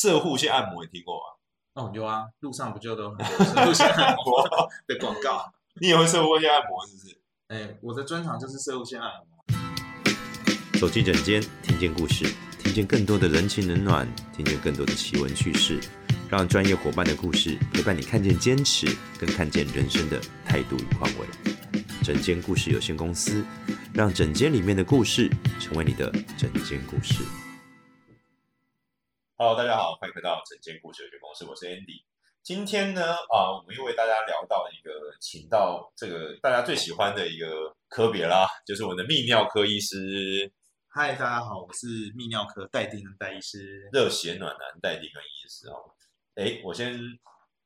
射护线按摩，你听过吗？哦，有啊，路上不就都 很多射护线按摩的广告？你也会射护线按摩是不是？哎，我的专长就是射护线按摩。走进诊间，听见故事，听见更多的人情冷暖，听见更多的奇闻趣事，让专业伙伴的故事陪伴你看见坚持，跟看见人生的态度与宽慰。诊间故事有限公司，让诊间里面的故事成为你的诊间故事。 Hello，大家哦好，欢迎回到整间故事有限公司，我是 Andy。今天呢，啊，我们又为大家聊到一个，请到这个大家最喜欢的一个科别啦，就是我们的泌尿科医师嗨，大家好，我是泌尿科戴定戴医师。热血暖男戴定跟医师哦。哎，我先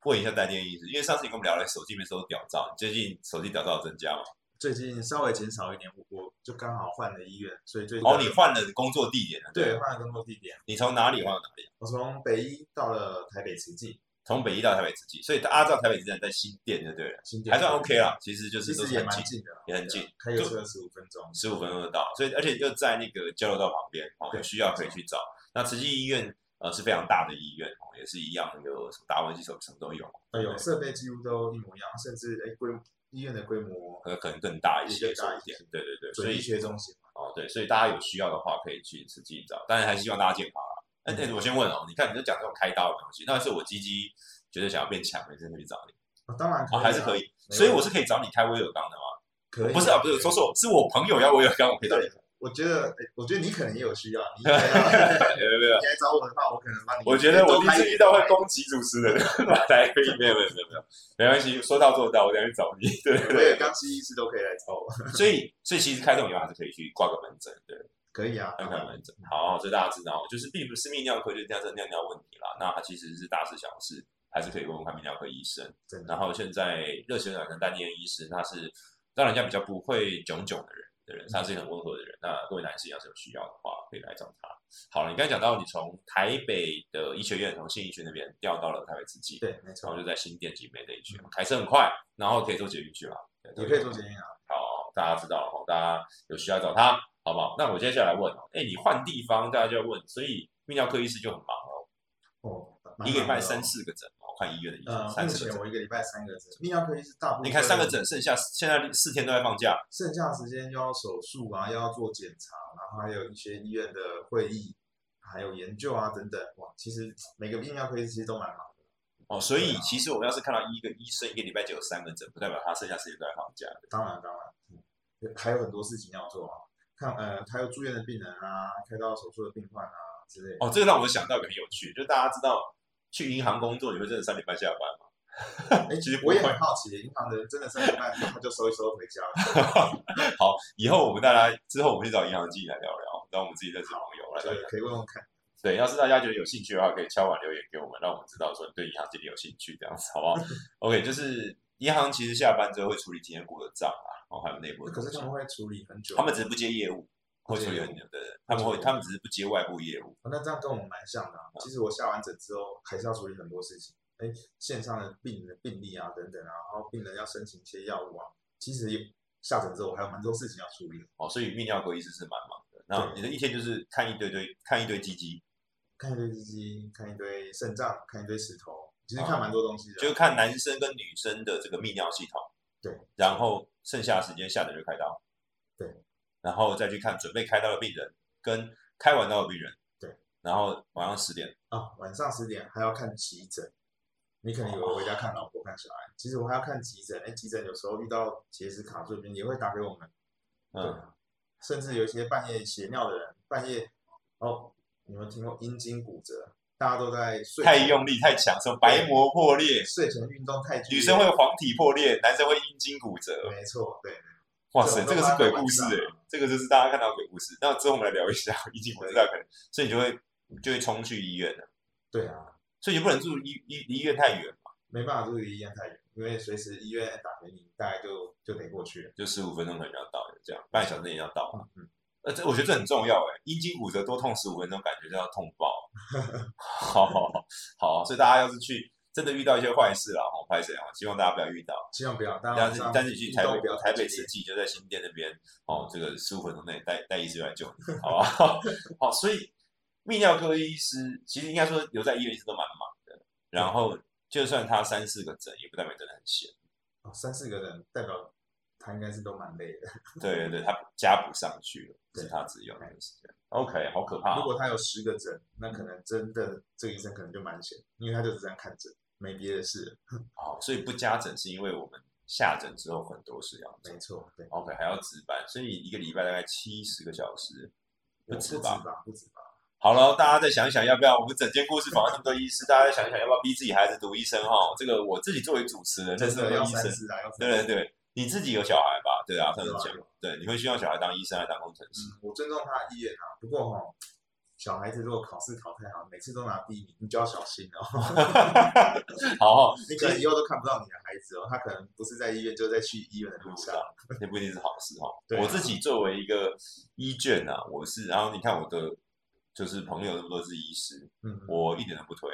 问一下戴定医师，因为上次你跟我们聊了手机没收屌照，你最近手机屌照有增加吗？最近稍微减少一点，我我就刚好换了医院，所以最近哦，你换了工作地点了，对，换了工作地点，你从哪里换到哪里？我从北医到了台北慈济从北医到台北慈济，所以阿照台北慈济在新店就对了，新店，还算 OK 啦，其实就是其都实是也很蛮近，近的啦，也很近对啊开个车十五分钟，十五分钟就到，所以而且就在那个交流道旁边哦，对有需要可以去找。那慈济医院呃是非常大的医院哦，也是一样有什么达文西手术什么都有，哎呦，对设备几乎都一模一样，甚至哎规医院的规模，呃可能更大一也些，更大一一点些，对对对，所准医以学中心嘛，哦对，所以大家有需要的话可以去慈济找，当然还是希望大家健康啦。那、嗯那我先问哦，你看你就讲这种开刀的东西，那是我鸡鸡觉得想要变强，了，真的去找你，啊当然可哦以啊还是可以，没所以问我题是可以找你开威尔刚的吗？可以不是啊，不是，说实错，是我朋友要威尔刚，我可以找你对，我觉得哎我觉得你可能也有需要， 你应该要 开，没有没有。你来找我的话，我可能帮你，我觉得我第一次遇到会多攻击主持人，来，可以，没有没有没有没有，没关系，说到做到，我等下去找你。对开一对点，我也对，刚西医师都可以来找我，所以所以其实开这种药还是可以去挂个门诊，对，可 以啊，挂个门诊。好，所以大家知道，就是并不是泌尿科就是这样子尿尿问题啦，那它其实是大事小事，还是可以问问看泌尿科医生。真的然后现在热血暖男丹尼尔医师，他是让人家比较不会囧囧的人的人，他是一个很温和的人。那各位男士要是有需要的话，可以来找他。好了，你刚才讲到你从台北的医学院，从信义区那边调到了台北慈济，对，没然后错，就在新店集美的一区，开车很快，然后可以坐捷运去了，也可以做检验啊，好，大家知道了哦，大家有需要找他，好不好？那我接下来问哦，哎，你换地方，大家就要问，所以泌尿科医师就很忙哦，哦，一个礼拜三三。四个诊哦，看医院的医呃生，，三目四个前诊。我一个礼拜三个诊，泌尿科医师大部分你看三个诊，剩下现在四天都在放假，剩下的时间又要手术啊，又要做检查，然后还有一些医院的会议，还有研究啊等等。哇，其实每个泌尿科医师其实都蛮忙的。哦，所以对啊其实我们要是看到一个医生一个礼拜只有三个诊，不代表他剩下时间都在放假。当然，当然，嗯还有很多事情要做啊，看呃，还有住院的病人啊，开刀手术的病患啊之类的。哦，这个让我想到一个很有趣，就大家知道去银行工作，你会真的三点半下班吗？哦哎其实不我也会很好奇，银行的人真的三点半他就收一收回家了。好，以后我们大家之后我们去找银行经理来聊聊，让我们自己认识朋友来聊对聊。，可以问问看。对，要是大家觉得有兴趣的话，可以敲碗留言给我们，让我们知道说你对银行经理有兴趣，这样子好不好 ？OK，就是银行其实下班之后会处理今天过的账啊，然后还有内部的可东是西。他们会处理很久。他们只是不接业务，不会接处理业很务久的，他们会，他们只是不接外部业务。哦那这样跟我们蛮像的、啊。其实我下完诊之后，还是要处理很多事情，哎，线上的病人病例啊等等啊，然后病人要申请一些药物啊。其实也下诊之后，我还有蛮多事情要处理的，哦，所以泌尿科医师是蛮忙的。那对你的一天就是看一堆堆，看一堆鸡鸡，看一堆鸡鸡，看一堆肾脏，看一堆石头，其实啊看蛮多东西的啊。就是看男生跟女生的这个泌尿系统。对。然后剩下的时间下诊就开刀。对。然后再去看准备开刀的病人跟开完刀的病人。对。然后晚上十点，啊，晚上十点还要看急诊。你可能以为我回家看老婆看小孩，其实我还要看急诊。哎，急诊有时候遇到结石卡住的病人也会打给我们，嗯，对啊，甚至有一些半夜血尿的人，半夜哦，你们听过阴茎骨折？大家都在睡太前用力太强，什么白膜破裂，睡前运动太剧烈女生会黄体破裂，男生会阴茎骨折。没错，对，哇塞，这这个种都是发生鬼在故事晚哎、上这个就是大家看到的鬼故事。那之后我们来聊一下 阴茎骨折，大家可能，所以你就会就会冲去医院了。对啊，所以你不能住医医离医院太远嘛，没办法住离医院太远，因为随时医院打给你，大概就就得过去了。就十五分钟可能就要到了，这样半小时内要到嘛。嗯，呃，这我觉得这很重要哎，阴茎骨折多痛十五分钟，感觉就要痛爆。 好好好好，所以大家要是去真的遇到一些坏事啊，好坏事啊，希望大家不要遇到。希望不要，当然但晚是上但是你去台运北动不要台太北激慈烈济就在新 店那边哦，这个十五分钟内带带医师来救你，好吧？好，所以泌尿科医师其实应该说留在医院一直都蛮忙的，然后就算他三四个诊，也不代表真的很闲。哦三四个人代表他应该是都蛮累的。对对对，他加不上去了，对是他自己有那个时间。OK，好可怕如哦、果他有十个诊，那可能真的这个医生可能就蛮闲，因为他就只在看诊，没别的事了。哦，所以不加诊是因为我们下诊之后很多事要做没错，对， ，OK 还要值班，所以你一个礼拜大概七十个小时，不不止止吧？吧，不止吧。好了，大家再想一想，要不要我们整间故事访问这么多医师，大家再想一想，要不要逼自己孩子读医生哈？这个我自己作为主持人，认真识很多要医三生，思啊，要三对对思。对，你自己有小孩吧？对啊，他们有啊讲有，对，你会希望小孩当医生还是当工程师？嗯，我尊重他的意愿啊。不过哈，小孩子如果考试考太好，每次都拿第一名，你就要小心哦。 好，你可能以后都看不到你的孩子哦，他可能不是在医院，就是在去医院的路上。那不一定是好事哈。对啊我自己作为一个医卷啊，我是，然后你看我的就是朋友那么多是医师，嗯，我一点都不推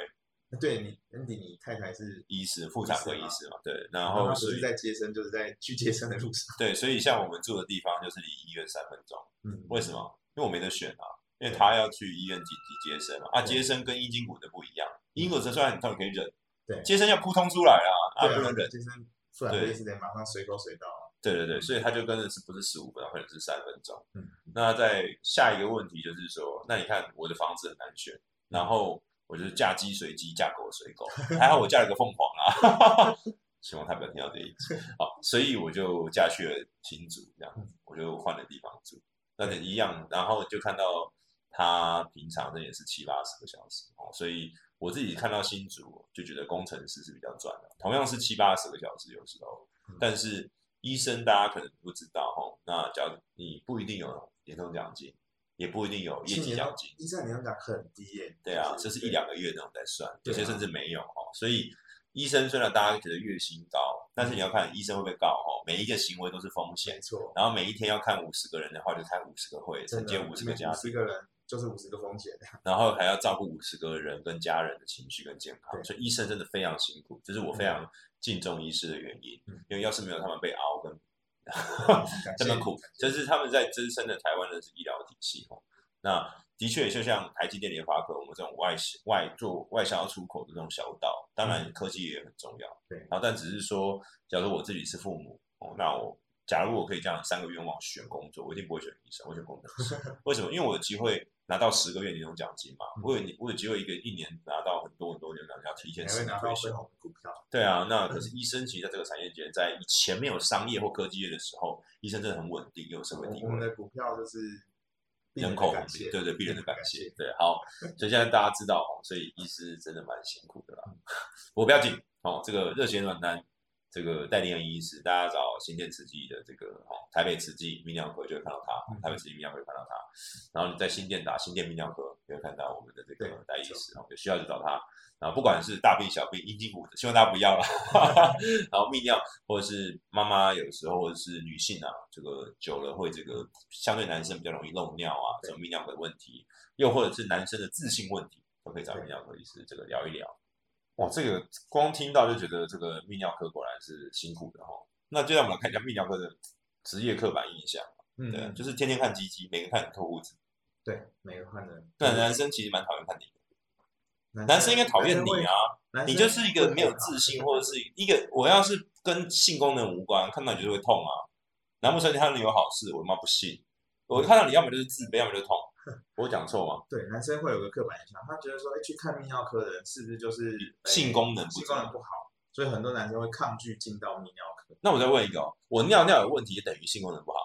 对你，Andy，你太太是，医师，妇产科医师嘛，对，然她后不所是以在接生，就是在去接生的路上。对，所以像我们住的地方就是离医院三分钟。嗯，为什么？因为我没得选啊，因为他要去医院紧急接生嘛。啊，对接生跟阴茎骨的不一样，阴骨折虽然你到底可以忍，对接生要扑通出来啊，啊对不啊能忍，。接生，不然对也是得马上随口随到啊。对对对，所以他就跟的是不是十五分钟，或者是三分钟。嗯，那在下一个问题就是说，那你看我的房子很难选，然后我就是嫁鸡随鸡，嫁狗随狗，还好我嫁了个凤凰啊。 希望他不要听到这一集。好，所以我就嫁去了新竹，这样子，我就换了地方住。那也一样，然后就看到他平常的也是七八十个小时哦，所以我自己看到新竹就觉得工程师是比较赚的，同样是七八十个小时有时候嗯，但是医生大家可能不知道哦，那假如你不一定有年终奖金，也不一定有业去绩年奖金，医生年终奖很低耶。对啊，就这是是一两个月那种在算，有对些啊甚至没有哦。所以医生虽然大家觉得月薪高，但是你要看医生会不会告哦，每一个行为都是风险没。错，然后每一天要看五十个人的话，就开五十个会，承接五十个家五十庭，个人就是五十个 风险。然后还要照顾五十个人跟家人的情绪跟健康，对所以医生真的非常辛苦，这是我非常敬重医师的原因嗯，因为要是没有他们被熬跟感这谢么苦，这是他们在支撑着台湾的医疗体系哦。那的确，就像台积电、联发科，我们这种外销外做外销出口的这种小岛，当然科技也很重要。嗯对然后但只是说，假如我自己是父母，哦，那我假如我可以这样三个愿望选工作，我一定不会选医生，我选工 程师。为什么？因为我有机会拿到十个月年终奖金嘛，嗯我有我有机会一个一年拿到很多很多年终奖金，要提前你还十会年拿退到休分。红的股票。对啊，那可是嗯医生其实在这个产业界，在以前没有商业或科技业的时候，医生真的很稳定，又有社会地我位们。的股票就是哦病人人口红的感利谢，对对，病病人人的的感感谢谢，。对，好，所以现在大家知道哦，所以医师真的蛮辛苦的啦。嗯 我不要紧哦，这个热血暖男，这个代理人医师，大家找新店慈济的这个哦，台北慈济泌尿科就会看到他，哦嗯台北慈济泌尿科就会看到他，然后你在新店打新店泌尿科，就会看到我们的这个对代医没错师哦，有需要就找他。然后不管是大病小病、阴茎骨折，希望大家不要 啦。然后泌尿，或者是妈妈有时候，或者是女性啊，这个久了会这个相对男生比较容易漏尿啊，这种泌尿的问题，又或者是男生的自信问题，都可以找泌尿科医师这个聊一聊。哇，这个光听到就觉得这个泌尿科果然是辛苦的哈、哦。那就让我们来看一下泌尿科的职业刻板印象，嗯，对啊，嗯就是天天看鸡鸡，每天看脱裤子。对，每个换人。那男生其实蛮讨厌看你的，男男生应该讨厌你会啊，男你生就是一个会没有怕自信，或者是一个我要是跟性功能无关，看到你就是会痛啊。难不成你看到你有好事，我他妈不信？我看到你要么就是自卑，要么就是 痛。我讲错吗？对，男生会有个刻板印象，他觉得说，哎，去看泌尿科的人是不是就是哎性功能不性足功能不好，所以很多男生会抗拒进到泌尿科。那我再问一个、哦，我尿尿有问题，也等于性功能不好？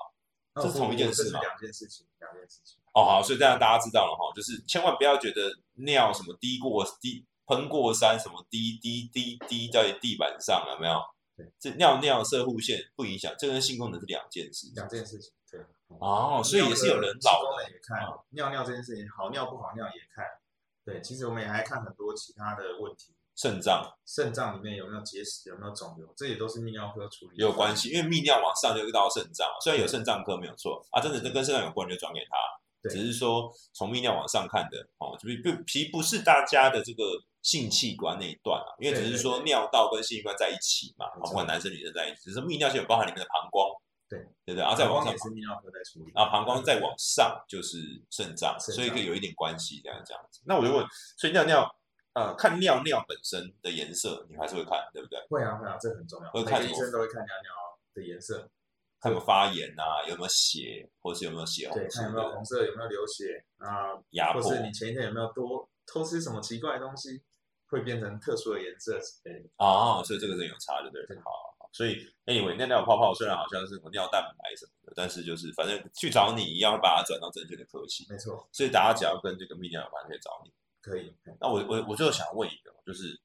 哦这是同一不件不事这是吗两件事情，两件事情。哦，好，所以这样大家知道了哈，就是千万不要觉得尿什么滴过滴喷过山，什么滴滴滴滴在地板上，有没有对？这尿尿射护线不影响，这跟性功能是两件事。两件事情，对。哦，所以也是有人子老宫的也看嗯，尿尿这件事情，好尿不好尿也看。对，其实我们也还看很多其他的问题，肾脏。肾脏里面有没有结石，有没有肿瘤，这也都是泌尿科处理也有关。系，因为泌尿往上就到肾脏，虽然有肾脏科没有错啊，真的这跟肾脏有关就转给他，嗯对只是说从泌尿往上看的哦，就是不其不是大家的这个性器官那一段啊，因为只是说对对对尿道跟性器官在一起嘛，没哦错啊不管男生女生在一起，只是泌尿系有包含里面的膀胱，对，对不对？然后再膀往上胱也，是泌尿科在处理，然后膀胱再往上就是肾脏，肾脏所以可以有一点关系这样这样子。那我就问，所以尿尿，呃，看尿尿本身的颜色，你还是会看，对不对？会啊会啊，这很重要，会每看个医什么哦生都会看尿尿的颜色，看有没有发炎啊，有没有血，或是有没有血红对，素看有没有的红色，有没有流血啊，压或迫。是你前一天有没有多偷吃什么奇怪的东西，会变成特殊的颜色哎之类的。哦，所以这个是有差的，对不对对？好，好好所以 anyway，尿尿有泡泡虽然好像是什么尿蛋白什么的，但是就是反正去找你一样会把它转到正确的科系，没错，所以大家只要跟这个泌尿有关可以找你。可以。那我我我就想问一个，就是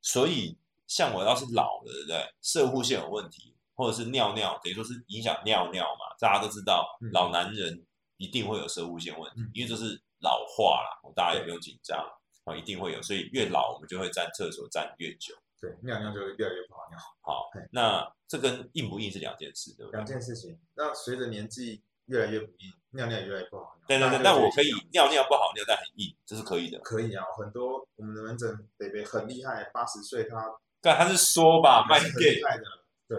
所以像我要是老了，对不对？射护腺有问题，或者是尿尿，等于说是影响尿尿嘛，大家都知道嗯，老男人一定会有射护腺问题嗯，因为这是老化了，大家也不用紧张啊，哦一定会有，所以越老我们就会占厕所占越久。对，尿尿就会越来越不好尿，好对，那这跟硬不硬是两件事，对不对两？件事情。那随着年纪越来越不硬，尿尿也越来越不好尿。但但但大家但就会我可以觉得尿尿不好尿，但很硬，这是可以的。可以啊，很多我们的门诊北北很厉害，八十岁他但他是说吧， 卖还是很 gay，厉害的，对，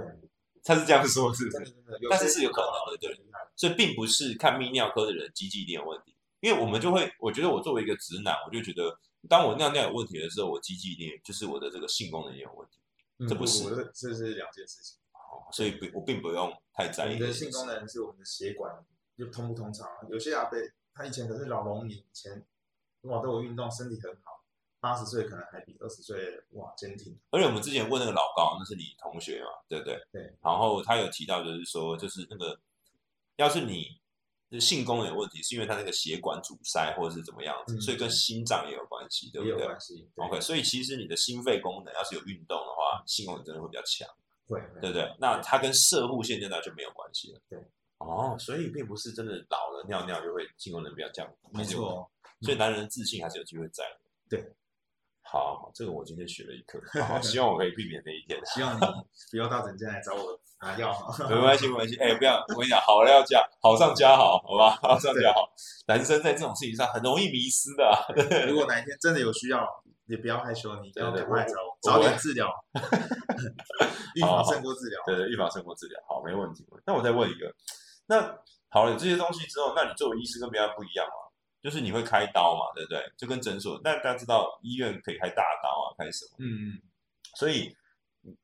他是这样说，是不真是？的真的。有但些是是有可人能的对很厉害所以并不是看泌尿科的人积极一定有问题，因为我们就会，我觉得我作为一个直男，我就觉得，当我尿尿有问题的时候，我积极一定就是我的这个性功能也有问题，嗯这不是这这是两件事情。哦所以不我并不用太我在意们这件的事。性功能是我们的血管就通不通畅啊。有些阿伯他以前可是老农民，以前哇都有运动，身体很好，八十岁可能还比二十岁哇坚挺。而且我们之前问那个老高，那是你同学嘛，对不对？对。然后他有提到，就是说，就是那个，要是你的性功能有问题，是因为他那个血管阻塞或者是怎么样子，嗯所以跟心脏也有关系，对也不有对关系。对？OK，所以其实你的心肺功能要是有运动的话，性功能真的会比较强，会对不对？那它跟射护腺尿尿就没有关系了。对。哦，所以并不是真的老了尿尿就会性功能比较降，没错，所以男人的自信还是有机会在的。对好，好，这个我今天学了一 课，好好希望我可以避免那一天。希望 你不要到诊间来找我拿药。没关系，没关系。哎、不要，我跟你讲，好了要加，好上加好，好吧，好上加好。男生在这种事情上很容易迷失的啊、如果哪一天真的有需要，也不要害羞，你对要对赶快来找我，我我早点治 疗，预防胜过治疗。对对，预防生活治疗，好，没问题。那我再问一个，那好了，有这些东西之后，那你作为医师跟别人不一样嘛？就是你会开刀嘛，对不对？就跟诊所，那大家知道医院可以开大刀啊，开什么？嗯嗯，所以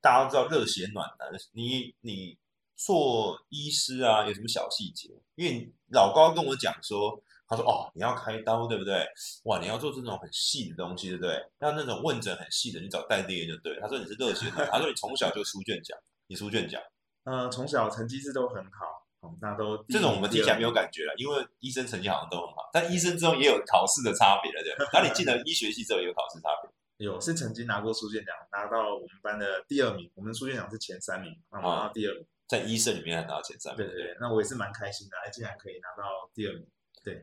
大家都知道热血暖男，你你做医师啊，有什么小细节？因为老高跟我讲说，他说哦，你要开刀对不对？哇，你要做这种很细的东西对不对？要那种问诊很细的，你找代练就对了。他说你是热血暖男，他说你从小就书卷奖，你书卷奖呃，从小成绩是都很好，哦那都第一这种我们听起来没有感嗯觉了，因为医生成绩好像都很好，但医生之后也有考试的差别了， 对不对。然后你进了医学系之后也有考试差别。有是曾经拿过书卷奖，拿到我们班的第二名。我们书卷奖是前三名，那哦我拿到第二名。在医生里面还拿到前三名，对对对，那我也是蛮开心的，哎，竟然可以拿到第二名。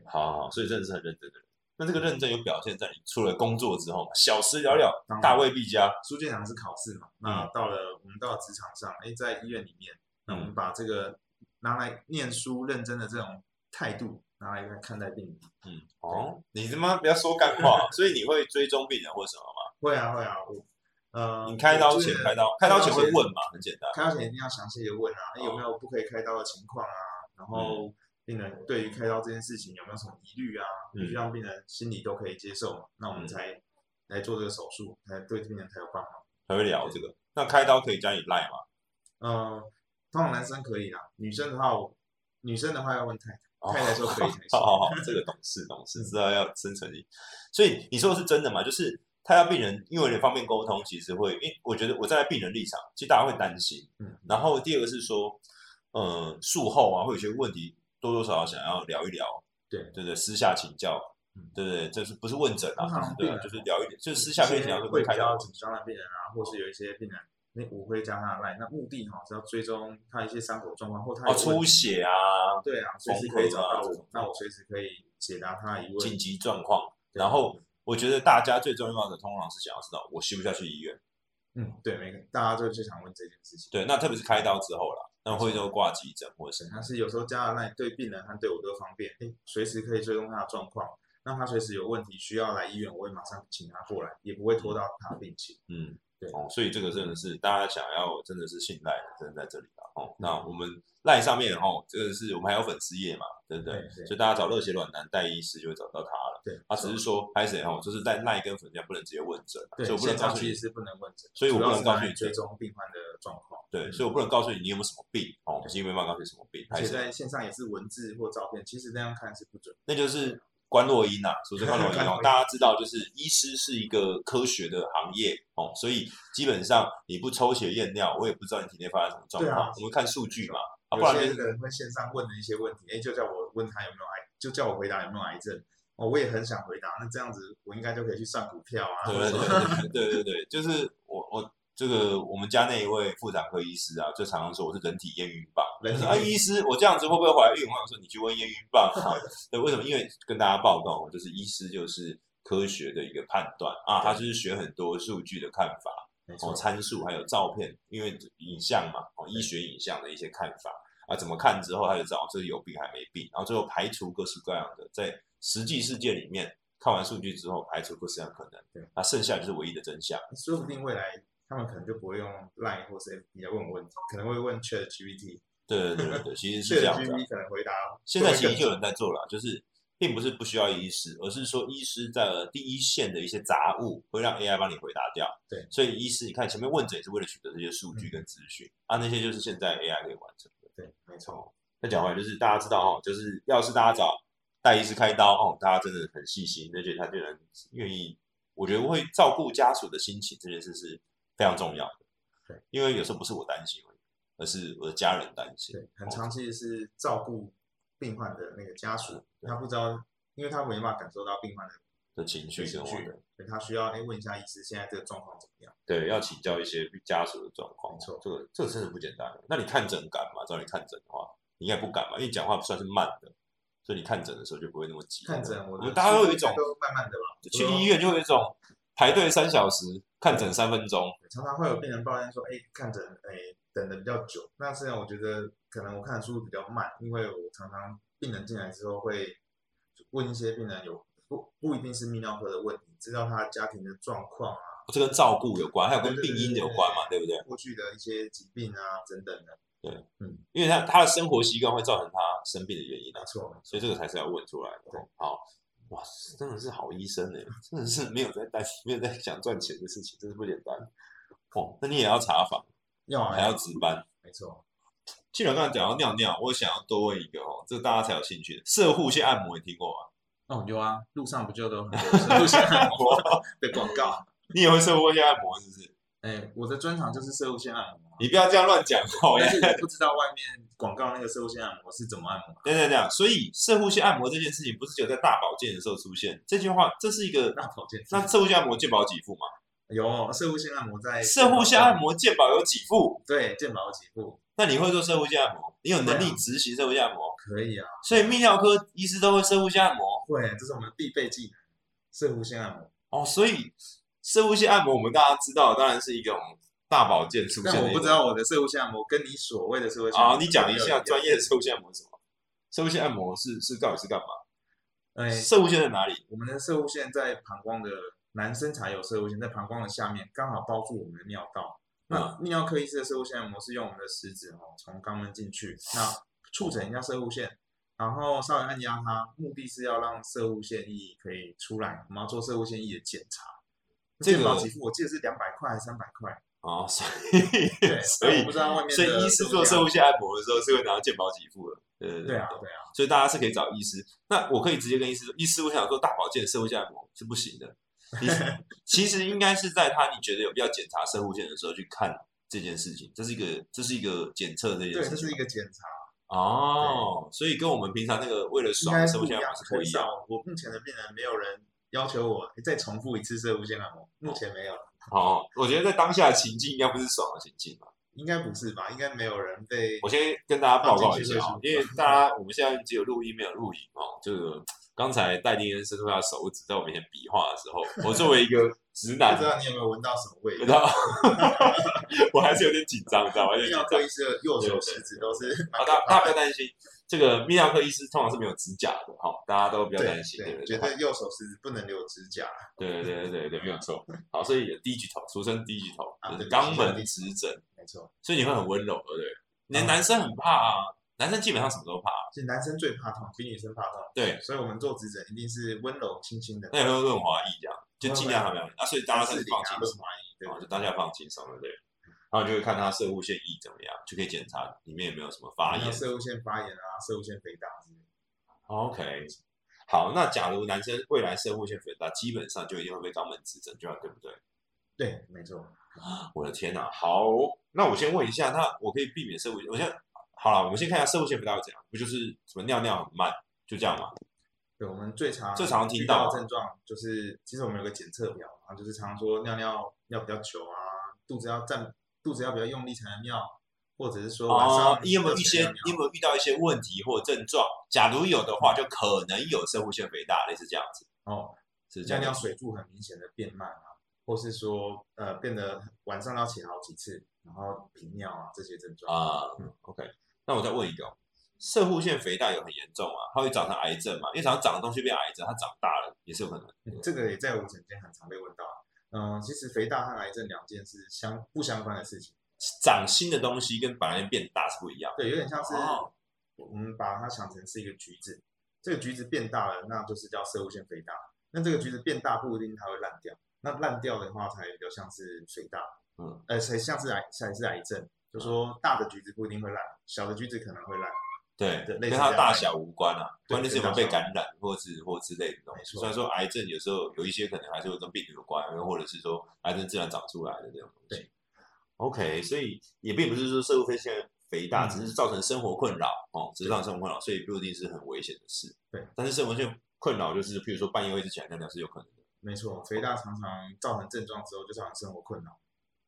好好，好，所以真的是很认真的人。那这个认真有表现在你出了工作之后嗯嘛？小时了了，当然大未必佳。书卷奖是考试嘛，那嗯到了我们到了职场上，哎，在医院里面，那我嗯们把这个拿来念书认真的这种态度拿来看待病人。嗯，哦，你他妈不要说干 话，所以你会追踪病人或什么吗？会啊会啊，我呃，你开刀我前觉得嗯开刀，开刀前会问嘛？很简单。开刀前一定要详细的问啊，诶有没哦有不可以开刀的情况啊？然嗯后病人对于开刀这件事情有没有什么疑虑啊？必须嗯，让病人心里都可以接受，那我嗯们才来做这个手术，才对病人才有帮忙。还会聊这个。那开刀可以加你赖吗？呃，通常男生可以啦，女生的话，我女生的话要问太太，哦太太说可以才行。 好好好，这个懂事懂事，知道要生存力。所以你说的是真的嘛？就是他要病人，因为有点方便沟通，其实会，因为我觉得我站在病人立场，其实大家会担心。嗯，然后第二个是说，呃，术后啊，会有些问题多多少少想要聊一聊，对对不对，私下请教嗯，对不对？这是不是问诊啊？通常就是对啊，病人就是聊一点，就是私下可以聊，会开比较刀。哦紧张的病人啊，或是有一些病人，那我会加他的 line，那目的哈是要追踪他一些伤口状况或他哦，有问出题血啊，对啊，随时缝可以合找啊到这我种，那我随时可以解答他的疑问。紧急状况。对然后我觉得大家最重要的通常是想要知道我需不需要去医院。嗯，对，每个大家就最想问这件事情。对，那特别是开刀之后啦，那会就挂急诊或者是对，但是有时候加了那对病人和对我都方便，诶，随时可以追踪他的状况，让他随时有问题需要来医院，我会马上请他过来，也不会拖到他病情。嗯，对哦，所以这个真的是大家想要真的是信赖的，真的在这里了哦。那我们赖上面哦，这个是我们还有粉丝页嘛，对不对？对对所以大家找热血卵男戴医师就会找到他了。对，他只是说拍谁哦，就是在赖跟粉丝页不能直接问诊，啊对，所以我不能现告场诉其你实是不能问诊，所以我主要不能是告诉拿来你追这踪病患的状况。对，嗯所以我不能告诉你你有没有什么病哦，对是因为没办法告诉你什么病，拍而且谁？在线上也是文字或照片，其实那样看是不准。那就是关洛音呐、啊，是不是关洛音 关洛哦音？大家知道，就是医师是一个科学的行业哦，所以基本上你不抽血验尿，我也不知道你体内发生什么状况，对啊我们看数据嘛，啊，不有然些就是人会线上问的一些问题，哎，就叫我问他有没有癌，就叫我回答有没有癌症。哦，我也很想回答，那这样子我应该就可以去算股票啊。对或者对什么对对对对，就是我我这个我们家那一位妇产科医师啊，就常常说我是人体验孕棒。人体啊，医师，我这样子会不会怀孕？我想说你去问验孕棒 啊。对，为什么？因为跟大家报告，就是医师就是科学的一个判断啊，他就是学很多数据的看法。没错哦，参数还有照片，因为影像嘛，哦，医学影像的一些看法啊，怎么看之后他就知道哦这个有病还没病，然后最后排除各式各样的，在实际世界里面看完数据之后排除各式各样的可能对，那剩下就是唯一的真相。说不定未来他们可能就不会用 Line 或是 FB 来问我问题，可能会问 Chat GPT。对对对对对，其 实是这样子啊、 ChatGPT 可能回答现在其实就有人在做了，就是并不是不需要医师，而是说医师在第一线的一些杂物会让 AI 帮你回答掉。对嗯所以医师你看前面问诊也是为了取得这些数据跟资讯、啊，那些就是现在 AI 可以完成的。对，没错，再讲回来，就是大家知道哦，就是要是大家找戴医师开刀哦，大家真的很细心，而且他就能愿意，我觉得会照顾家属的心情这件事是非常重要的。对，因为有时候不是我担心而已，而是我的家人担心。对，很长期是照顾病患的那个家属，对他不知道，因为他没办法感受到病患的的情绪跟情我绪的，所以他需要哎问一下医师现在这个状况怎么样？对，要请教一些家属的状况。啊没错这个这个真的不简单。那你看诊敢吗？找你看诊的话，你应该不敢吧？因为你讲话算是慢的，所以你看诊的时候就不会那么急。看诊我我的们大家都有一种都慢慢的吧，去医院就会有一种排队三小时，看诊三分钟。常常会有病人抱怨说，哎，看诊哎等的比较久。那虽然我觉得可能我看的速度比较慢，因为我常常病人进来之后会问一些病人有不不一定是泌尿科的问题，知道他家庭的状况啊，这跟照顾有关，还有跟病因有关嘛，对不对？过去的一些疾病啊等等的，因为他他的生活习惯会造成他生病的原因啊没，错，所以这个才是要问出来的。哦好，哇，真的是好医生呢，欸真的是没有在担心，没有在想赚钱的事情，真是不简单。哦，那你也要查房，要啊还要值班。没错，既然刚才讲到尿尿，我想要多问一个哦，这个大家才有兴趣的射护线按摩，你听过吗？哦有啊，路上不就都很多路线按摩 的广告？你也会射护线按摩是不是？哎，我的专长就是射物线按摩啊。你不要这样乱讲哦。 但是我不知道外面广告那个射物线按摩是怎么按摩的。等等等，所以射护线按摩这件事情不是只有在大保健的时候出现，这句话这是一个。大保健那射护线按摩健保几副嘛？有哦射物线按摩在射护线按摩健保有几副？对健保有几步那你会做射护线按摩？你有能力对啊执行射护线按摩？可以啊，所以泌尿科医师都会射护线按摩会，啊这是我们必备技能，射物线按摩。哦。所以射护线按摩我们大家知道，当然是一种大保健出现但的我一不种知道我的射物线按摩跟你所谓的射物线啊，你讲一下专业。业的射护线按摩是什么？射护线按摩是是到底是干嘛？哎，射护线在哪里？我们的射物线在膀胱的男生才有射物线，在膀胱的下面刚好包住我们的尿道。那嗯泌尿科医师的射物线按摩是用我们的食指哦，从肛门进去，那促成一下射物线，然后稍微按压它，目的是要让射物线液可以出来。我们要做射物线液的检查。这个健保给付我记得是两百块还是三百 块？啊，所以对，所但我以不知道外面的所以医师做射射物护线按摩的时候是会拿到健保给付的，对对对啊对啊，所以大家是可以找医师。那我可以直接跟医师说，医师，我想做大保健射护线按摩是不行的。 医师其实应该是在他你觉得有必要检查射护线的时候去看这件事情，这是一个这是一个检测这件对，事这情是一嘛。个检查，哦，所以跟我们平常那个为了应爽该的是射护不一线按样摩，是不啊很一样的。少。我目前的病人没有人要求我诶再重复一次射物线按摩，目前没有，哦，我觉得在当下的情境应该不是爽的情境吧。应该不是吧？应该没有人被我先跟大家报告一下放啊进，去因为大家我们现在只有录音没有录影哦，这个刚刚才戴定恩伸出他的手指在我面前比划的时候，我作为一个直不男知，道你有没有闻到什么味你知道？道， 我还是有点紧张，你知道吗？有点泌紧尿张科。医师的右手食指都是啊，大大家不要担心，这个泌尿科医师通常是没有指甲的哈、大家都不要担心，对对，不绝对？对右手食指不能留指甲。对对对对对，没有错。好，所以低举头，俗称低举头啊，就是对肛门直诊，没错，所以你会很温柔，对不对？连啊男生很怕啊，男生基本上什么都怕、其实男生最怕痛，比女生怕痛，对，所以我们做指诊一定是温柔轻轻的，那也会润滑液这样，就尽量还没有啊，所以大家开是始放轻都是松，麻衣，对啊，就当下放轻松，对不对？然后你就会看他射物腺液怎么样，就可以检查里面有没有什么发然后炎。哦射物腺发炎啊，射物腺肥大之类的。 OK，好，那假如男生未来射物腺肥大，基本上就一定会被肛门指诊，就要对不对？对，没错。我的天呐、好，那我先问一下，那我可以避免射物，我先好了，我们先看一下射物腺肥大会怎样，不就是什么尿尿很慢，就这样嘛？对，我们最常最常听遇到到的症状就是，其实我们有个检测表，然后就是常说尿尿要比较久啊，肚子要站，肚子要比较用力才能尿，或者是说啊晚上哦，你有没有一些，尿你尿有没有遇到一些问题或症状？假如有的话，就可能有射物腺肥大，类似这样子，哦，是这样尿尿子水柱很明显的变慢啊，或是说呃变得晚上要起好几次，然后频尿啊这些症状啊、o 嗯 k 那我再问一个哦，射物腺肥大有很严重啊，它会长成癌症嘛？因为常常长的东西变癌症，它长大了也是有可能的。这个也在我诊间很常被问到。嗯，其实肥大和癌症两件是相不相关的事情，长新的东西跟本来变大是不一样的。对，有点像是哦我们把它想成是一个橘子，这个橘子变大了，那就是叫射物腺肥大。那这个橘子变大不一定它会烂掉，那烂掉的话才比较像是肥大，嗯，呃，才像是癌才是癌症。就说大的橘子不一定会烂，小的橘子可能会烂。对，对类跟似它这样大的小无关啊，对关键是有跟没大有被小感染或是或之类的东没西。错虽然说癌症有时候有一些可能还是会跟病毒有关，或者是说癌症自然长出来的这种东西。OK，所以也并不是说社会现在肥大，嗯只是造成生活困扰哦，只是造成生活困扰，所以不一定是很危险的事。对，但是生活性困扰就是，譬如说半夜会一直起来尿尿是有可能的。没错，肥大常常造成症状之后就造成生活困扰，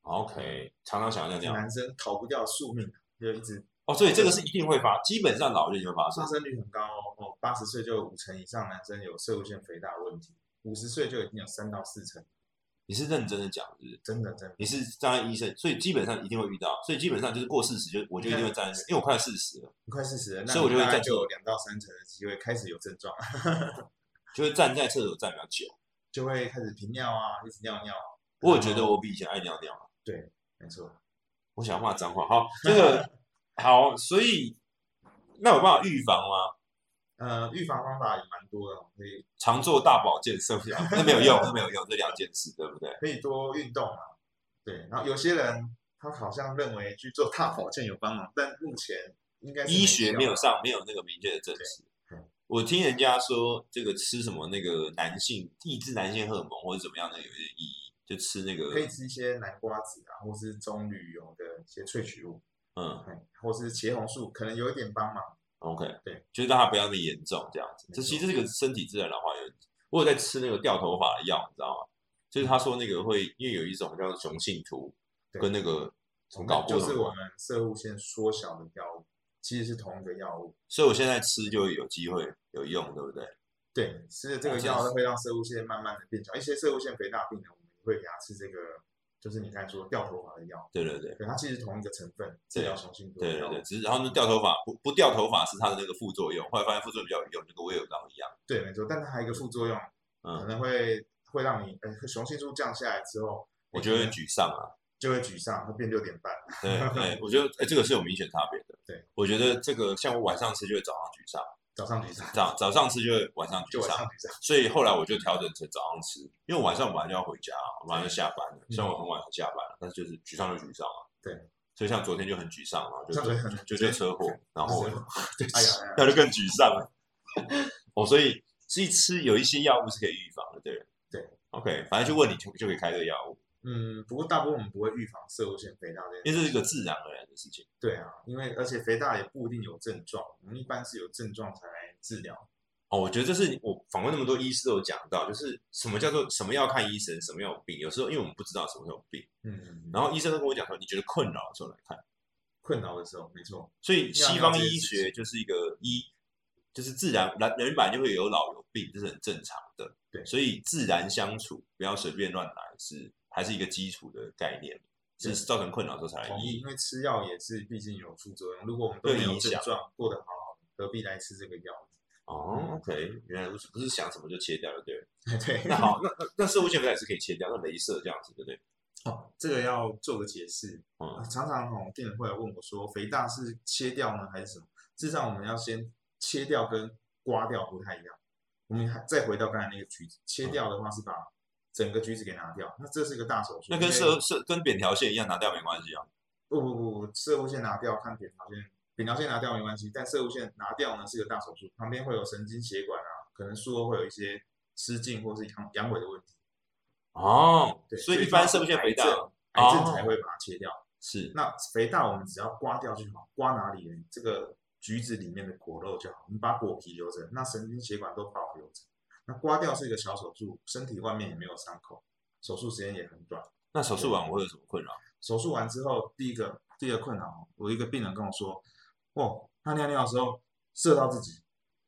OK，常常想要尿尿男生逃不掉宿命，就一直哦，所以这个是一定会发，基本上老就已经会发生发。生率很高哦，哦，八十岁就有五成以上男生有射物腺肥大的问题，五十岁就已经有三到四成，你是认真的讲，是不是？真的真的。你是站在医生，所以基本上一定会遇到，所以基本上就是过四十，就我就一定会站在，嗯因为我快四十了，你快四十了，那所以我你就会大概站就有两到三成的机会开始有症状， 就会站在厕所站比较久。就会开始频尿啊，一直尿尿。我也觉得然后我比以前爱尿尿了，没错，我想骂脏话。好，这 个好，所以那有办法预防吗？呃，预防方法也蛮多的，哦可以常做大保健，是不是？那没有用，那没有用，这两件事，对不对？可以多运动啊。对，然后有些人他好像认为去做大保健有帮忙，但目前应该是医学效啊没有上，没有那个明确的证实对嗯。我听人家说，这个吃什么那个男性抑制男性荷尔蒙或者怎么样的有一点意义，就吃那个可以吃一些南瓜子啊，或是棕榈油的一些萃取物，嗯。嗯，或是茄红素，可能有一点帮忙。 OK，对，就是让它不要那么严重这样子。没这错其实这个身体自然老化有，我有在吃那个掉头发的药，你知道吗？就是他说那个会，因为有一种叫雄性图，对跟那个什么睾就固是我酮，们射物腺缩小的药物，其实是同一个药物。所以我现在吃就有机会有用，对不对？对，吃了这哦个真的药是会让射物腺慢慢的变小，一些射物腺肥大病人，我们会给他吃这个，就是你刚才说掉头发的药，对对对，可它其实同一个成分，治对疗雄性多对对药对，物。只是然后那掉头发不不掉头发是它的那个副作用，后来发现副作用比较有用，那个我也有当一样，对，没错。但它还有一个副作用，可嗯，能会会让你，呃，雄性素降下来之后，我你觉可得会能沮丧啊，就会沮丧，会变六点半。对对，我觉得哎这个是有明显差别的，对，我觉得这个像我晚上吃就会早上沮丧，早上沮丧，早早上吃就会晚上就沮晚丧上。沮丧。所以后来我就调整成早上吃，因为晚上我本来就要回家，我马上就下班了。嗯虽然我很晚才下班了，但是就是沮丧就沮丧了。对，所以像昨天就很沮丧嘛，就像昨天很就就就车祸，然 后我就对，哎呀哎呀 那就更沮丧了。哦，所以是吃有一些药物是可以预防的，对对，OK，反正就问你就就可以开这个药物，嗯，不过大部分我们不会预防射物腺肥大这件事因为这是一个自然而然的事情。对啊，因为而且肥大也不一定有症状，我们一般是有症状才来治疗。哦，我觉得这是我访问那么多医师都有讲到，就是什么叫做什么要看医生，什么要有病。有时候因为我们不知道什么时候有病，嗯，然后医生都跟我讲说，你觉得困扰的时候来看。困扰的时候，没错，所以尿西尿方这件医事学就是一个医就是自然人人本来就会有老有病，这是很正常的。对所以自然相处，不要随便乱来，是还是一个基础的概念，是对造成困扰之后才来同意，医因。为吃药也是毕竟有副作用。如果我们都没有症状，过得好好的，何必来吃这个药？嗯哦，OK，原来如此，不是想什么就切掉，对不对了？ 对，那好，那那那射物线不也是可以切掉，那镭射这样子，对不对？哦， 这个要做个解释。啊嗯，常常哦，病人会来问我说，肥大是切掉呢还是什么？事实上，我们要先切掉跟刮掉不太一样。我们还再回到刚才那个橘子，嗯切掉的话是把整个橘子给拿掉，那这是一个大手术。那跟因为射射跟扁条线一样，拿掉没关系啊。不不不，不，射物线拿掉，看扁桃腺，扁桃腺拿掉没关系，但射物线拿掉呢是个大手术，旁边会有神经血管啊，可能术后会有一些失禁或是阳阳痿的问题。哦对，所以一般射射物线肥大癌症哦才会把它切掉。是那肥大我们只要刮掉就好，刮哪里呢？这个橘子里面的果肉就好，我们把果皮留着，那神经血管都保留着。那刮掉是一个小手术，身体外面也没有伤口，手术时间也很短。那手术完我会有什么困扰？手术完之后，第一个第一个困扰，哦我一个病人跟我说，哦，他尿尿的时候射到自己，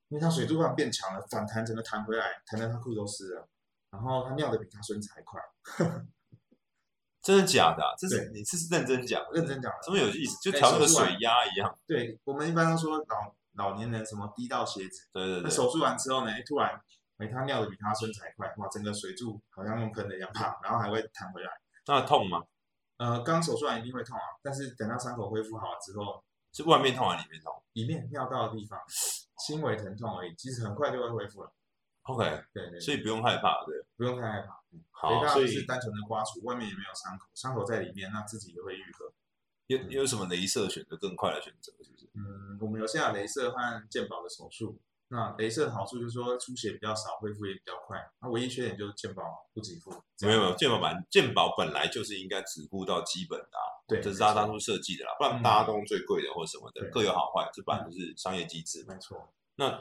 因为他水柱管变强了，反弹整个弹回来，弹到他裤子都湿了，然后他尿的比他孙子还快，真的假的啊？这是对你这是认真讲的，认真讲的。这么有意思，就哎调那手个术水完压一样。对我们一般都说老老年人什么滴到鞋子，对对那对，手术完之后呢，哎突然，哎，他尿的比他孙子还快，哇，整个水柱好像用喷的一样，啪，然后还会弹回来。那痛吗？呃，刚手术完一定会痛啊，但是等到伤口恢复好了之后，是外面痛还是里面痛里面尿道的地方轻微疼痛而已，其实很快就会恢复了。 ？OK，对对，所以以不用害怕，对。不用太害怕。好，大所就是以单纯的刮除，外面也没有伤口，伤口在里面，那自己也会愈合。有有什么镭射选择更快的选择，是不是？嗯，我们有现在镭射和健保的手术。那镭射的好处就是说出血比较少，恢复也比较快。那唯一缺点就是健保不给付。这没样有没有，健保版健保本来就是应该只顾到基本的啊，对，这是没他错嗯当初设计的啦，不然大家都用最贵的或什么的，对各有好坏，这本来就是商业机制嘛。没错。那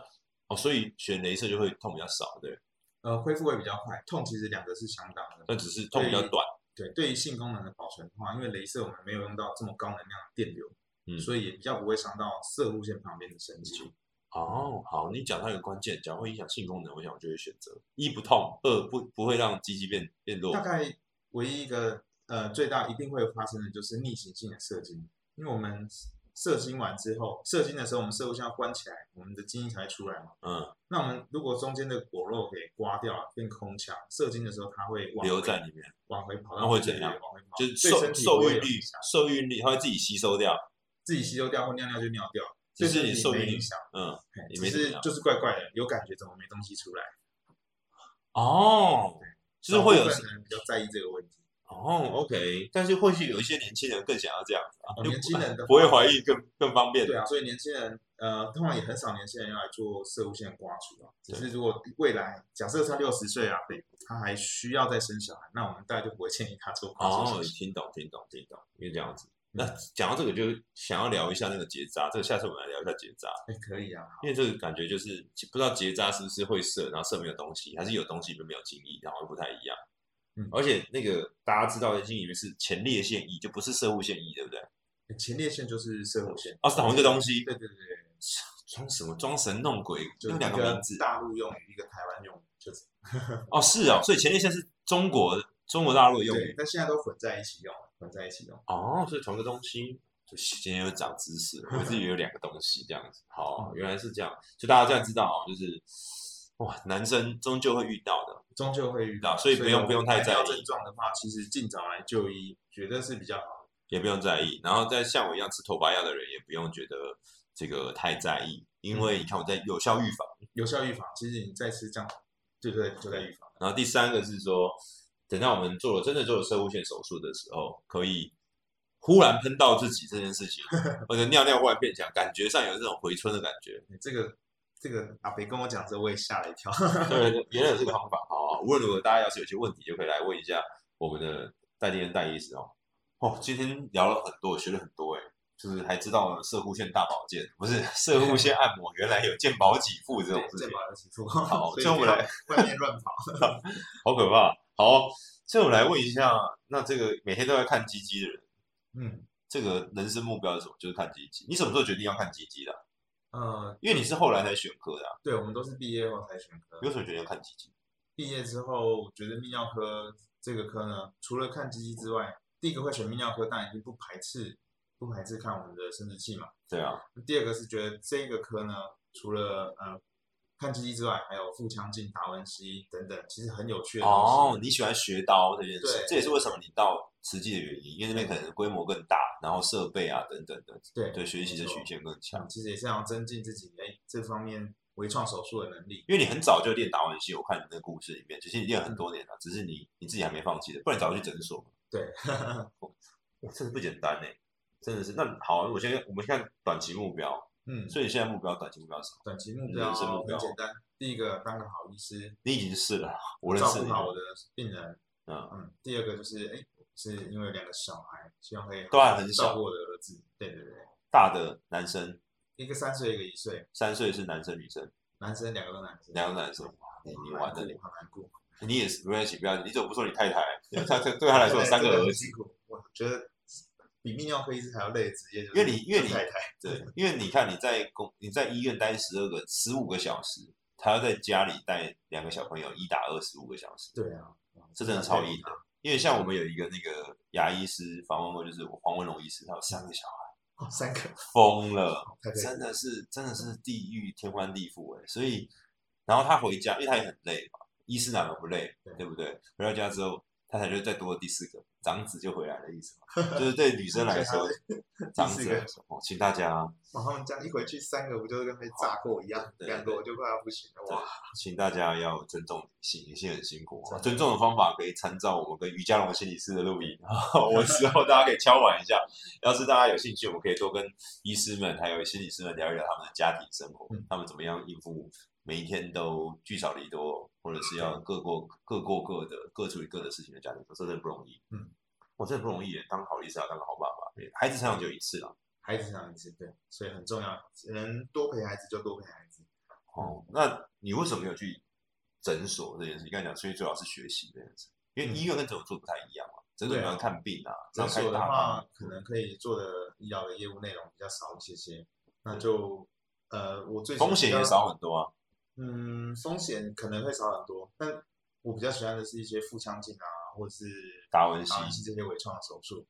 哦，所以选镭射就会痛比较少，对，呃，恢复会比较快，痛其实两个是相当的。但只是痛比较对短。对，对于性功能的保存的话，因为镭射我们没有用到这么高能量的电流，嗯所以也比较不会伤到射入线旁边的神经。哦，好，你讲到一个关键，讲会影响性功能，我想我就会选择一不痛，二不不会让鸡鸡变变弱大。概唯一一个呃最大一定会发生的就是逆行性的射精，因为我们射精完之后，射精的时候我们射入线要关起来，我们的精液才会出来嘛。嗯，那我们如果中间的果肉给刮掉了，变空腔，射精的时候它会往留回在里面往回跑，那会怎样？往回跑，就是对受身体受不会孕有率影响，受孕率它会自己吸收掉。自己吸收掉或尿尿就尿掉，只对是身你体受没孕率影响。哦嗯，嘿也只没怎么是样就是怪怪的，有感觉怎么没东西出来？哦，就是会有少部分人比较在意这个问题。哦，OK，但是或许有一些年轻人更想要这样子啊，哦就年轻人的不会话怀孕更更方便。对啊，所以年轻人呃，通常也很少年轻人要来做射物线刮除啊。只对是如果未来假设他六十岁啊，对，他还需要再生小孩，那我们大概就不会建议他做刮除哦手，术。听懂听懂听懂，因为这嗯样子。那讲到这个，就想要聊一下那个结扎，这个下次我们来聊一下结扎。哎，可以啊，因为这个感觉就是不知道结扎是不是会射，然后射没有东西，还是有东西里面没有精液，然后不太一样。嗯而且那个大家知道的精液里面是前列腺液，就不是射物腺液，对不对？哎前列腺就是射物线。哦，是同一个东西对，对对对，装什么装神弄鬼，就那是两一个名字大陆用语，一个台湾用语，就是哦，是哦，所以前列腺是中国中国大陆的用对，语但现在都混在一起用了，混在一起用。哦，所以同一个东西。就今天又长知识了，我自己有两个东西这样子。好，哦原来是这样，就大家这样知道哦，就是哇，男生终究会遇到的。终究会遇到，啊所以不用我不用还太没有在意症状的话，其实尽早来就医，绝对是比较好也不用在意。然后再像我一样吃头发药的人，也不用觉得这个太在意，因为你看我在有效预防。的，有效预防。其实你再吃这样，对对对，就在预防。然后第三个是说，等到我们做了真的做了射物线手术的时候，可以忽然喷到自己这件事情，或者尿尿忽然变强，感觉上有这种回春的感觉。这个这个阿北跟我讲之后，我也吓了一 跳。对，原来有这个方法好，啊无论如何，大家要是有些问题，就可以来问一下我们的戴医生戴医师哦。哦，今天聊了很多，我学了很多哎，就是还知道了射护线大保健，不是射护线按摩，原来有健保给付这种对事健情，保有起付，好所以这样我不们要来 外面乱 跑。好可怕。好，哦所以我来问一下，那这个每天都在看鸡鸡的人，嗯，这个人生目标是什么？就是看鸡鸡。你什么时候决定要看鸡鸡的啊？呃，因为你是后来才选科的、啊，对，我们都是毕业后才选科。有什么决定要看基金？毕业之后觉得泌尿科这个科呢，除了看鸡鸡之外，第一个会选泌尿科，当然已经不排斥不排斥看我们的生殖器嘛。对啊，第二个是觉得这个科呢，除了呃看鸡鸡之外，还有腹腔镜、达文西等等，其实很有趣的东西。哦，你喜欢学刀这件事对，这也是为什么你到慈济的原因，因为那边可能规模更大，然后设备啊等等的，对对学习的没错曲线更强嗯，。其实也是想增进自己哎这方面微创手术的能力。因为你很早就练达文西，我看你那个故事里面，其实你练很多年了，只是你你自己还没放弃的，不然早就去诊所了。对，哇，这是不简单哎、真的是。那好，啊我现在我们看短期目标，嗯，所以你现在目标短期目标是什么？短期目人标生目标很简单，第一个当个好医师，你已经是了，啊我认照识顾你，好我的病人。嗯，嗯，第二个就是哎，是因为两个小孩，希望可以都还啊很小照顾我的儿子。对对对，大的男生，一个三岁，一个一岁，三岁是男生女生，男生两个都男生，两个男生，哇你你玩的很难过好难过。你也是没关系，不要紧，你怎么不说你太太？他对对他来说有三个儿很子，辛苦，我觉得比泌尿科医师还要累的职业，就是因为你因为你做太太对，因为你看你在公你在医院待十二个十五个小时，他要在家里带两个小朋友一打二十五个小时，对啊，这真的超硬的。因为像我们有一个那个牙医师访问过，就是黄文龙医师，他有三个小孩，哦三个疯了，太累了，真的是真的是地狱天翻地覆哎、所以，然后他回家，因为他也很累嘛，医师哪能不累，对对不对？回到家之后，太太就再多了第四个长子就回来的意思嘛，就是对女生来说，长子来说，哦，请大家哇，他们这样一回去三个，不就是跟被炸过一样？哦对对两个我就快要不行了，对哇，，请大家要尊重女性，女性很辛苦、真啊。的尊重的方法可以参照我们跟于家龙心理师的录 音，我之后大家可以敲碗一下。要是大家有兴趣，我们可以多跟医师们还有心理师们聊一聊他们的家庭生活，嗯他们怎么样应付每一天都聚少离多，或者是嗯要各过各过各的，各处理各的事情的家庭，这真的不容易。嗯，我真的不容易耶，当好医师要当个好爸爸，对孩子成长就一次了。孩子上一次对，所以很重要，能多陪孩子就多陪孩子。哦，那你为什么没有去诊所这件事？你刚才讲，所以主要是学习这件事，因为医院跟诊所做不太一样嘛，诊所嗯对啊你要看病啊，然诊后开所的打话啊，，可能可以做的医疗的业务内容比较少一些些，那就呃，我最风险也比较少很多啊。嗯，风险可能会少很多，但我比较喜欢的是一些腹腔镜啊，或者是达文西达文西这些微创的手术。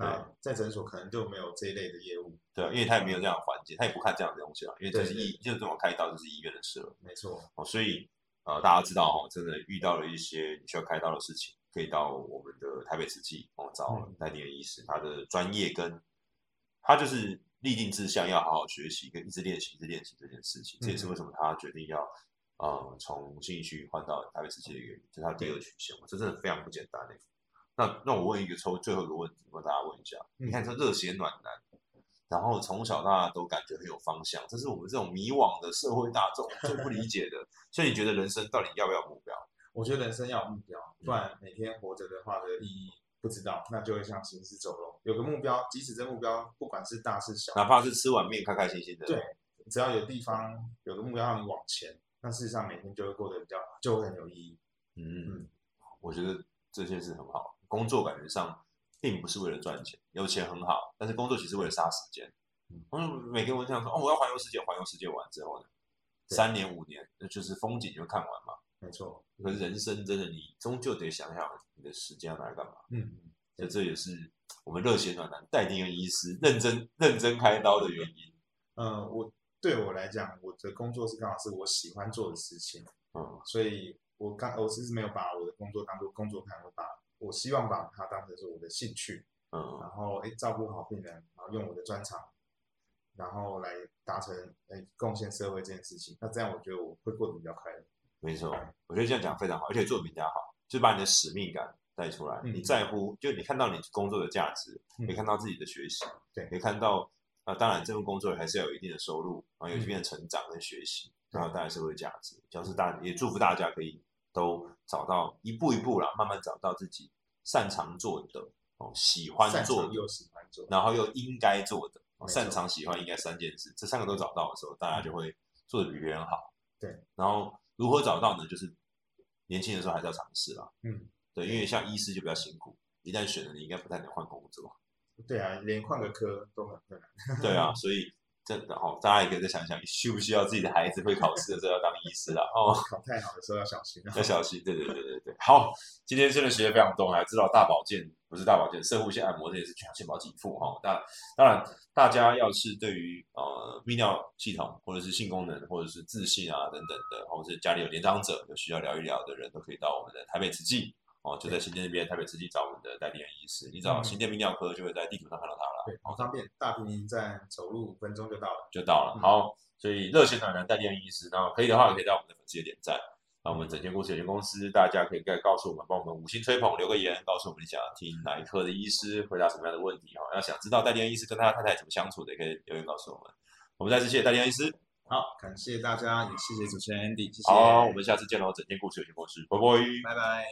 那在诊所可能就没有这一类的业务，对啊，因为他也没有这样的环节，他也不看这样的东西啊，因为这对是对医，就是这种开刀就是医院的事了。没错，哦，所以呃，大家知道哦，真的遇到了一些你需要开刀的事情，可以到我们的台北慈济哦找嗯那年医师，他的专业跟他就是立定志向，要好好学习，跟一直练习，一直练习这件事情，这也是嗯为什么他决定要。呃，从信义区换到台北慈济的原因，这是他第二曲线，这真的非常不简单欸那那我问一个抽最后一个问题，帮大家问一下，你看这热血暖男，然后从小到大都感觉很有方向，这是我们这种迷惘的社会大众最不理解的。所以你觉得人生到底要不要有目标？我觉得人生要有目标，不然每天活着的话的意义不知道，那就会像行尸走肉。有个目标，即使这目标不管是大是小，哪怕是吃碗面开开心心的，对只要有地方有个目标让你往前，那事实上每天就会过得比较，就会很有意义。嗯，我觉得这件事很好。工作感觉上并不是为了赚钱，有钱很好，但是工作其实为了杀时间。嗯，每个人想说，哦，我要环游世界，环游世界完之后呢，对三年五年，那就是风景就看完嘛。没错，可是人生真的，你终究得想想你的时间要拿来干嘛。嗯，所以这也是我们热血暖男戴定恩医师认真认真开刀的原因。呃，我对我来讲，我的工作是刚好是我喜欢做的事情，嗯，所以我刚我其实没有把我的工作当做工作看，我把我希望把它当成是我的兴趣，嗯，然后诶照顾好病人，然后用我的专长，然后来达成诶贡献社会这件事情。那这样我觉得我会过得比较快乐。没错，我觉得这样讲非常好，而且做得比人家好，就把你的使命感带出来。嗯你在乎，就你看到你工作的价值，嗯也看到自己的学习，对也看到啊、呃当然这份工作还是要有一定的收入，然后有一嗯定的成长跟学习，对然后带来社会价值。就是大也祝福大家可以都找到一步一步啦，慢慢找到自己擅长做的哦，喜欢擅做长的又喜欢做，然后又应该做的，没错嗯擅长、喜欢、应该三件事，这三个都找到的时候，大家就会做的比别人好。对，然后如何找到呢？就是年轻的时候还是要尝试啦。嗯，对，因为像医师就比较辛苦，一旦 选了，你应该不太能换工作。对啊，连换个科都很困难。对啊，所以这哦，大家也可以再想想，需不需要自己的孩子会考试的时候要当医师了哦。考太好的时候要小心啊要。小心，对对对对对。好，今天真的学的非常多，还知道大保健不是大保健，射护线按摩这也是全健保给付哈。那当然，大家要是对于呃泌尿系统或者是性功能或者是自信啊等等的，或者是家里有年长者有需要聊一聊的人，都可以到我们的台北慈济哦，就在新店那边台北慈济找我们的代理人医师，你找嗯新店泌尿科就会在地图上看到他了。对，好方便，大平林站走路五分钟就到了。就到了。嗯好，所以热血暖男代练医师，那可以的话也可以在我们的粉丝页点赞。那我们整间故事有限公司，大家可以告告诉我们，帮我们五星吹捧，留个言，告诉我们你想要听哪一科的医师回答什么样的问题哈。要想知道代练医师跟他太太怎么相处的，也可以留言告诉我们。我们再次谢谢代练医师，好，感谢大家，也谢谢主持人 Andy，谢谢，好，我们下次见喽，整间故事有限公司，拜拜。拜拜。